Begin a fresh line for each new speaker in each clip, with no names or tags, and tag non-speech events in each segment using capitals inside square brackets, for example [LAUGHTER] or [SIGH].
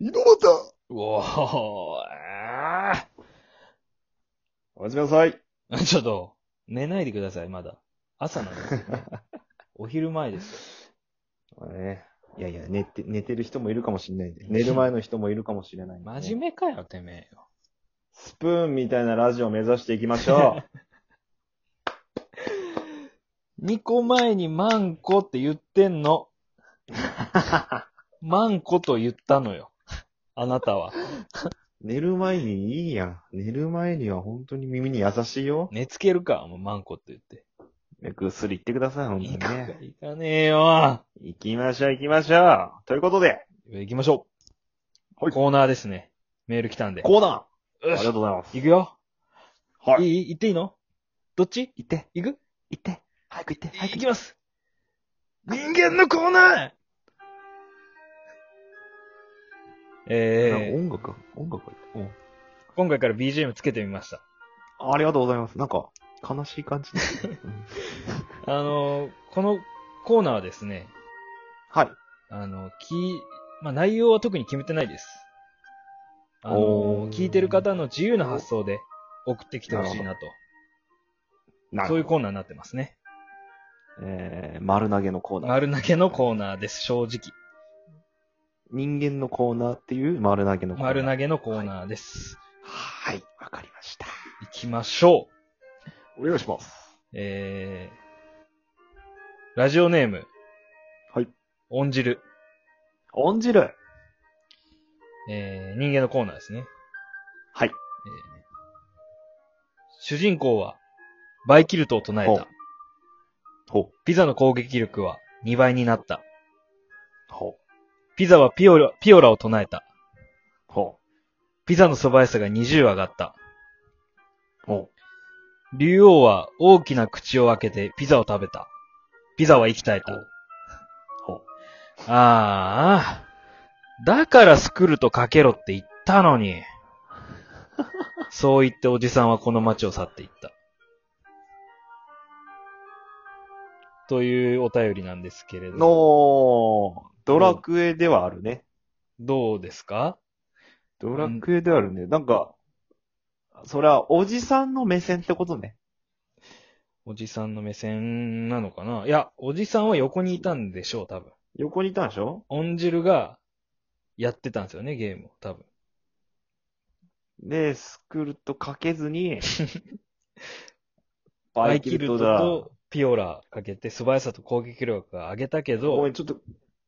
井戸端
おー、あ
おやすみなさい。
ー [LAUGHS] ちょっと、寝ないでください、まだ。朝なんですよ、 [LAUGHS] お昼前です。
まあね。いやいや、寝て、寝てる人もいるかもしれ [LAUGHS] ないんで。寝る前の人もいるかもしれないんでね、
真面目かよ、てめえよ。
スプーンみたいなラジオを目指していきましょ
2個前にマンコって言ってんの。
[LAUGHS]
マンコと言ったのよ。あなた [LAUGHS] は。
う。寝る前にいいやん。寝る前には本当に耳に優しいよ。
寝つけるか、もうマンコって言って。
ねぐっすり行ってください、本当
い
に
いか、
ね。
いかねえよ。
行きましょう、行きましょう。ということで、
行きましょう。
はい
コーナーですね。メール来たんで。
コーナーあ
よ
り
し
がとうございます。
行くよ。
はい
いい行っていいのどっち
行って、
行く
行って、早く行って、
はい、行きます。人間のコーナー
なんか
えー、
音楽、音楽入ってうん
今回から BGM つけてみました。
ありがとうございます。なんか、悲しい感じですね、うん
あのーこのコーナーはですね、
はい。
あの、き、まあ、内容は特に決めてないです。あの
お
ー
ー
聞いてる方の自由な発想で送ってきてほしいなと。
な
そういう
るほど。
コーナーになってますね。
えー、丸投げのコーナー。
丸投げのコーナーです、正直。
人間のコーナーっていう丸投げのコーナー。
丸投げのコーナーです。
はい、わかりました。
行きましょう。
お願いします。
えー、ラジオネーム。
はい。
音汁。
音汁
えー、人間のコーナーですね。
はい。
えー主人公は、バイキルトを唱
ほ
えた
う。ほう。
ピザの攻撃力は2倍になった。
ほう。
ピザはピオラ、ピオラを唱えた。
ほ
ピザの素早さが20上がった。
う。ほ
竜王は大きな口を開けてピザを食べた。ピザは息絶えた。
ほう。
ああ、だからスクルとかけろって言った
[LAUGHS]
のに。そう言っておじさんはこの街を去っていった。というお便りなんですけれ
う。
ど、
のー、ドラクエではあるね。
どうですか
ドラクエではあるね。なんか、それはおじさんの目線ってことね。
おじさんの目線なのかないや、おじさんは横にいたんでしょう、多分。
横にいたんでしょ
オンジルがやってたんですよね、ゲームを、多分。
で、スクルトかけずに、
バ
バ
イ
イ
キ
キ
ル
ル
ト
トだ。
とピオラかけて素早さと攻撃力が上げたけ
ごめ
ど
ん、、ちょっと、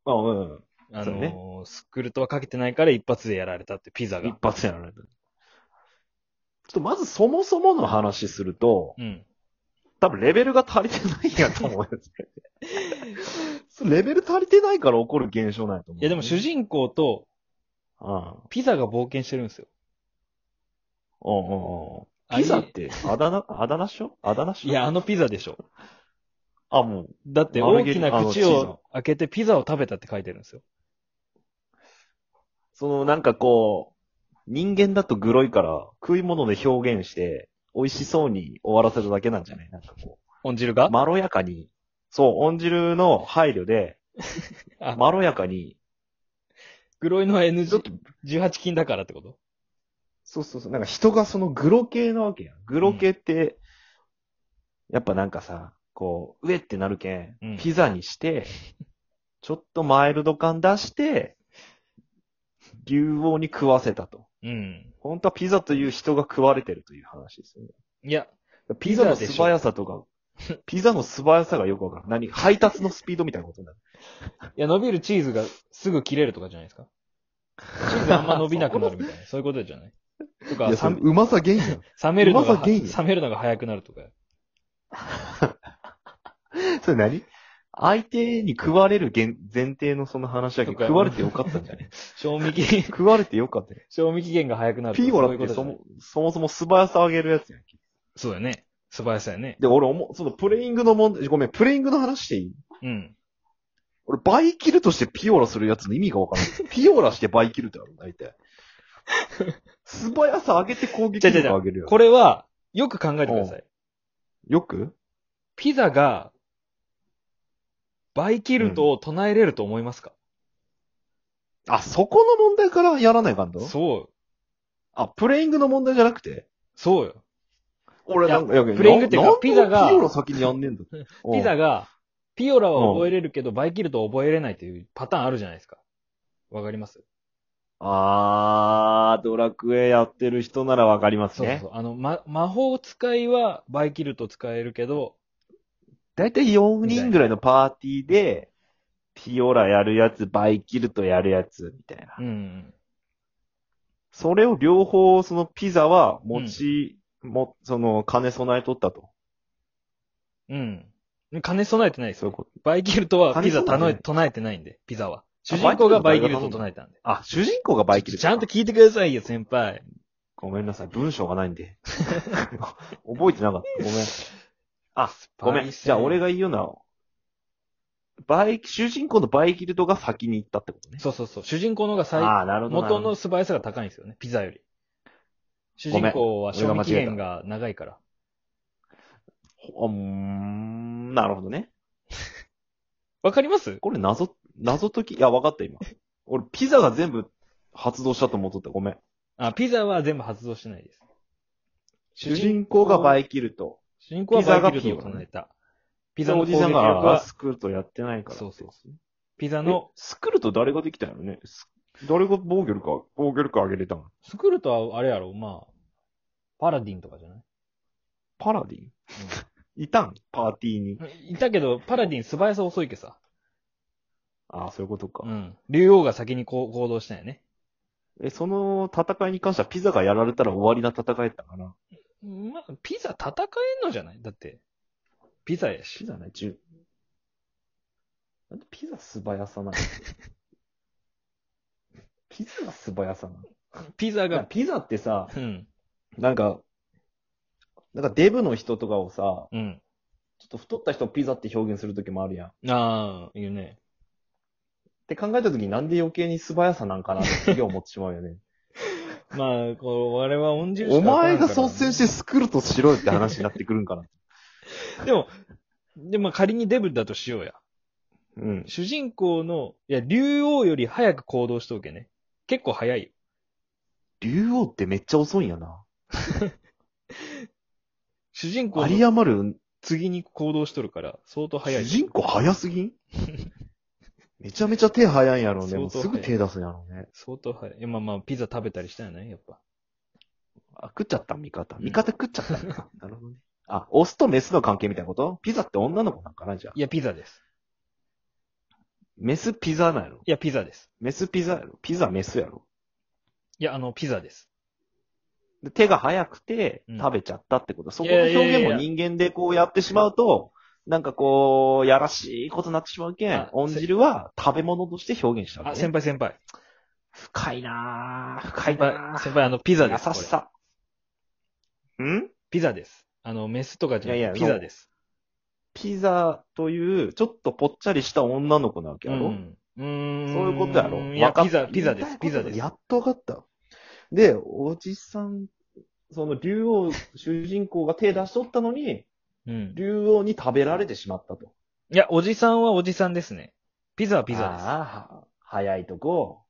あ、うん。
あ
そ
の
う
ー
ね
スクルトはかけてないから一発でやられたって、ピザ
一
が。
発やられた。ちょっとまずそもそもの話すると、
うん。
多分レベルが足りてないんやと思うんですよねそ
[LAUGHS]
れレベル足りてないから起こる現象なんやと思う。
いやでも主人公と
あ
ピザが冒険してるんですよ。
あうんうんうん。ピザって、あだ名、あだ名っしょあだ名っしょ
いや、あのピザでしょ。
あ、もう、
だって
マル
大
ゲリ
きな口
あのチーズ
を開けてピザを食べたって書いてるんですよ。
そのなんかこう、人間だとグロいから、食い物で表現して、美味しそうに終わらせただけなんじゃないなんかこ
オンジル
う、
が、
まろやかに、そう、音汁の配慮で、
[LAUGHS] あ、
まろやかに、
グロいのは
ちょっ
NG18
と
禁だからってこと
そうそうそう。なんか人がそのグロ系なわけやん。グロ系って、やっぱなんかさ、こう、うえってなるけん、
うん
ピザに [LAUGHS] して、ちょっとマイルド感出して、竜王に食わせたと。
うん。
本当はピザという人が食われてるという話ですよね。
いや、
ピザの
ピザで
素
しょ
早さとか、ピザの素早さがよくわからん。何配達のスピードみたいなことになる。
いや、伸びるチーズがすぐ切れるとかじゃないですか。チーズあんま伸びなくなるみたいな。そういうことじゃないとか、
いや、そ
さ
れうまさ原因や [LAUGHS] ん。
冷めるの
うま
が、
さ原因
冷めるのが早くなるとか。
それ何相手に食われる前前提のその話だけど、
とか
食われてよかったんじゃ [LAUGHS] ない
賞味期限、 [LAUGHS]
食われてよかったよ
賞味期限が早くなるとか。
ピーゴラ
そう
っ
いうこ
て
とじ
そ
ゃない
も、そもそも素早さ上げるやつやんけ。
そうだよね。素早さやね。
で、俺思う、そのプレイングの問題、ごめん、プレイングの話していい
うん。
俺、バイキルとしてピオラするやつの意味がわから
[LAUGHS]
ない。ピオラしてバイキルってある大体。素早さ上げて攻撃力上げるよ。
これは、よく考えてください。
よく
ピザが、バイキルトを唱えれると思いますか、
あ、そこの問題からやらないかんと
そう。
あ、プレイングの問題じゃなくて
そうよ。
俺なんか、いや
プレイングっていうか
なんで
ピザが
ピオラ先にやんねえんだ。
[LAUGHS] ピザが、ピオラは覚えれるけど、バイキルトは覚えれないというパターンあるじゃないですか。わかります
あー、ドラクエやってる人ならわかります
そうそう
ね
そ。う。あの、ま、魔法使いはバイキルト使えるけど、
だいたい4人ぐらいのパーティーで、ピオラやるやつ、バイキルトやるやつ、みたいな。
うん。
それを両方、そのピザは持ち、も、その、金備えとったと。
うん。金備えてないです
そういう
よ。
こと。
バイキルトはピザ
金備えて
唱え
ない
唱えてないんで、ピザは。主人公がバ
バ
イ
イ
キ
キ
ル
ル
ト
ト
唱えたんで。
あ、主人公がバイキル
ち
ト。
ちゃんと。聞いてくださいよ、先輩。
ごめんなさい。文章がないんで。 [LAUGHS] 覚えてなかった。ごめん。あ、ごめん。じゃあ俺
が。
が言うのは、バイ、主人公のバイキルトが先に行ったってことね。
そうそうそう。主人公の方が最
ああ、なるほど。
元の
なる
素早さが高いんですよね、ピザより。主
ごめ
人
ん
公は賞味期
俺が間違え
限
た
が長いから。
ほど、うーん、なるほどね。
わかります
これ謎、謎解き、いや、わかった今。俺、ピザが全部発動したと思っとった。ごめん。
あ、ピザは全部発動してないです。
主人公がバ
イ、
イキルト。
主人公はバイキルトを唱えた。ピザの
お
攻
じ
撃
さん
力
が、あ
は、
スクルトやってないから。
そうそう
う。
ピザ
あ
の
の、、スクルト誰ができたんやろね。ス誰が防御力か、防御力上げれたの
スクルトはあれやろ、まあ、パラディンとかじゃない
パラディンいたんパーティーに。
いたけど、パラディン素早さ遅いけさ。
ああ、そういうことか
う。ん。竜王が先にこう行動したんやね。
え、その戦いに関してはピザがやられたら終わりな戦いだったかな。
まあ、ピザ戦えんのじゃないだって、ピザや
ピ
し。
ザね、十。なんでピザ素早さ
[LAUGHS]
なのピザが素早さなの
ピザ
なんか
が、
ピザってさ、
うん、
なんか、なんかデブの人とかをさ、ちょ
うん。
っと太った人をピザって表現するときもあるやん。っ
ああ、いうね。
て考えたときになんで余計に素早さなんかなってすげえ思ってしまうよね。
まあ、こう、我々は恩じる
[LAUGHS] お
しか
前が
わからんからね
率先してスクルトしろよって話になってくるんかな。
でも、で、まあ仮にデブだとしようや。
[LAUGHS] うん。
主人公の、いや、竜王より早く行動しとけね。結構早いよ。
竜王ってめっちゃ遅いんやな。
主人公
有り
の
余る
次に行動しとるから、相当早い。
主人公早すぎん [LAUGHS] めちゃめちゃ手早いんやろうね。もう
相
す
当早
ぐ
い
手出すんやろうね。
相当早い。いやまあまあ、ピザ食べたりしたよね、やっぱ。
あ、食っちゃった、味方。
うん
味方食っちゃった [LAUGHS] のか。なるほどね。あ、オスとメスの関係みたいなことピザって女の子なんかなじゃあ。
いや、ピザです。
メスピザなんやろ
いや、ピザです。
メスピザやろピザメスやろ
いや、あの、ピザです。
で手が早くて
うん
食べちゃったってこと。そこ
い
の
やいやいや
表
いや
現も人間でこうやってしまうと、なんかこう、やらしいことになってしまうけん
あ、
オン汁は食べ物として表現した
あ、
わけ
先
ね。
輩先輩。
深いなぁ。深
先
いな
輩、
ぁ。
先輩、あの、ピザです。
優し
これ。
さ。ん
ピザです。あの、メスとかじゃ
いや
ないく
や
て、ピザです。
ピザという、ちょっとぽっちゃりした女の子なわけ
う
やろ、
ん。うーん。
そういうことやろ
いや、
わかっ
ピザ、ピザで
言い
す。
たい
ピ
こと
ザ
が
です。
やっとわかった。で、おじさん、その竜王、主人公が手出しとったのに、
うん。
竜王に食べられてしまったと。
いや、おじさんはおじさんですね。ピザはピザ
ああ、早いとこ、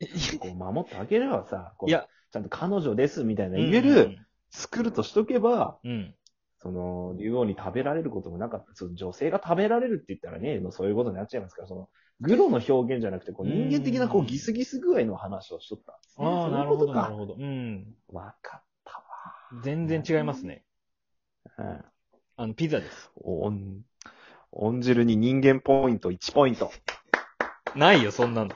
です。
こう守ってあげればさ、こう
いや、
ちゃんと彼女ですみたいな言える、スクルとしとけば、
うん。うん。
その、竜王に食べられることもなかった。その女性が食べられるって言ったらね、もうそういうことになっちゃいますから、その、グロの表現じゃなくて、こう人間的なこ
う
うんギスギス具合の話をしとったんですね、
ああ、
そうい
な
う
るほ
こと
ど、
か
なるほど。うん。
わかっ
全然違いますね。
たわ。
あの、ピザです。
うん。おん、おん汁に人間ポイント1ポイント。
ないよ、そんなの。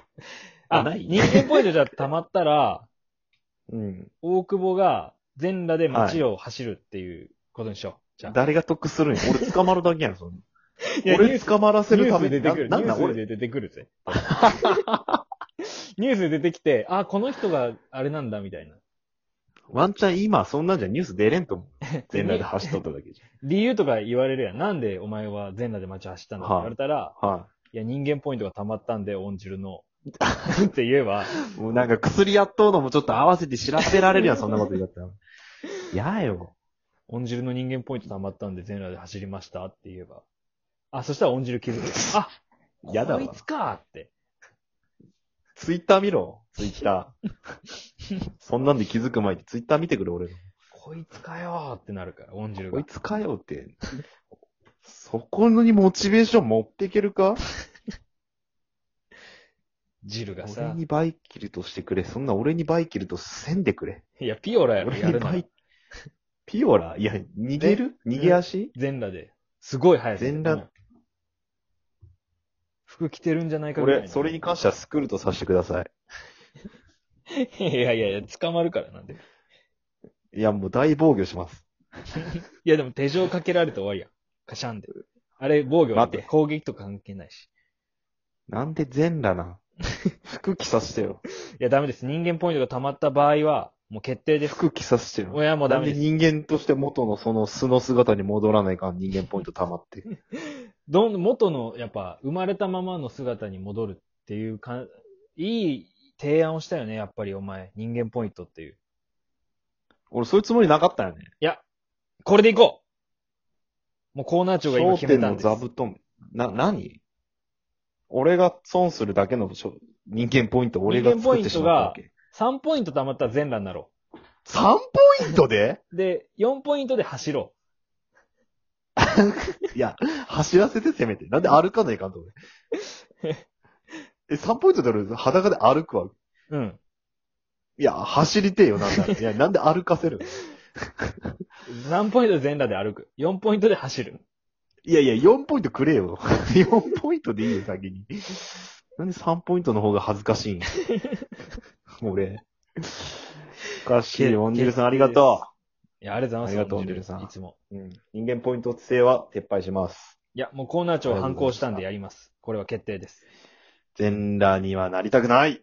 [LAUGHS]
あ、
あない
人間ポイントじゃ溜まったら、
うん。
大久保が全裸で街を走るっていうことにしよう。じゃあ。
誰が得するんや。俺捕まるだけやん、その。
いやニュ
俺
ース
捕まらせるため
ニュースで
に。な
出てくる。
なん
ニュ
だ、
ース
俺。
で出てくるぜ。 [LAUGHS] ニュースで出てきて、あ、この人があれなんだ、みたいな。
ワンチャン今、そんなんじゃニュース出れんと思う。 [LAUGHS] 全裸で走っとっただけじ
理由とか言われるやん。なんでお前は全裸で街走ったんだって言われたら、
ゃん。はい
や、人間ポイントが溜まったんで、オンジ
[LAUGHS]
ルの。って言えば、
い。もうなんか薬やっとうのもちょっと合わせて調べられるやん、そんなこと言ったら。 [LAUGHS] やよ。
オンジルの人間ポイント溜まったんで、全裸で走りましたって言えば。
[LAUGHS]
あ、そしたらオンジル気づく。あ、
やだわ
こいつかって。
ツイッター見ろ。ツイッター。そんなんで気づく前にツイッター見てくれ、俺の。
こいつかよーってなるから、オンジル
こ
が
い。つかよって。そこのにモチベーション持っていけるか
ジルが
俺
さ。
にバイキルとしてくれ。そんな俺にバイキルとせんでくれ。
いや、ピオラやろ、
俺
や
に
るな
バ
ら
イ。ピオラいや、逃げる逃げ足
全裸で。すごい速さで。
全裸
もう服着てるんじゃないかぐらいの
俺、それに関してはスクールとさせてください。
いやいやいや、捕まるからなんで。
いや、もう大防御します。
いや、でも手錠かけられて終わりやん。カシャンで。あれ、防御だっ
待って
て攻撃とか関係ないし。
なんで全裸 [LAUGHS] なん服着させてよ。
いや、ダメです。人間ポイントが溜まった場合は、もう決定です。
服着させてよ。
親も
な
ダ
ん
メ
で
です。
人間として元のその素の姿に戻らないかん人間ポイント溜まって。 [LAUGHS]
どん、元の、やっぱ、生まれたままの姿に戻るっていうかん、いい提案をしたよね、やっぱりお前。人間ポイントっていう。
俺、そういうつもりなかったよね。
これでいこうもうコーナー長が今決めた
の
んです。
座布団。な、何俺が損するだけのしょ人間ポイント、俺が作ってしまったわけ。
3ポイント溜まったら全裸になろ
3ポイントで
う。で、4ポイントで走ろ
いや、走らせてせめて。なんで歩かないかんと [LAUGHS] 俺。え、3ポイントで俺裸で歩くわ。
う。うん。
いや、走りてえよ、なんなら。いや、なんで歩かせる
3ポイントで全裸で歩く。4ポイントで走る。
いやいや、4ポイントくれよ。4ポイントでいいよ、先に。なんで3ポイントの方が恥ずかしいん俺。おかしい、
け
モンジルさんありがと
いや、ありがとうございま
あり
す。
がとう
モンジ
モンジルさん
いつも。
う。うん。人間ポイント制は撤廃します。
いや、もうコーナー長反抗したんでやります。これは決定です。
全裸にはなりたくない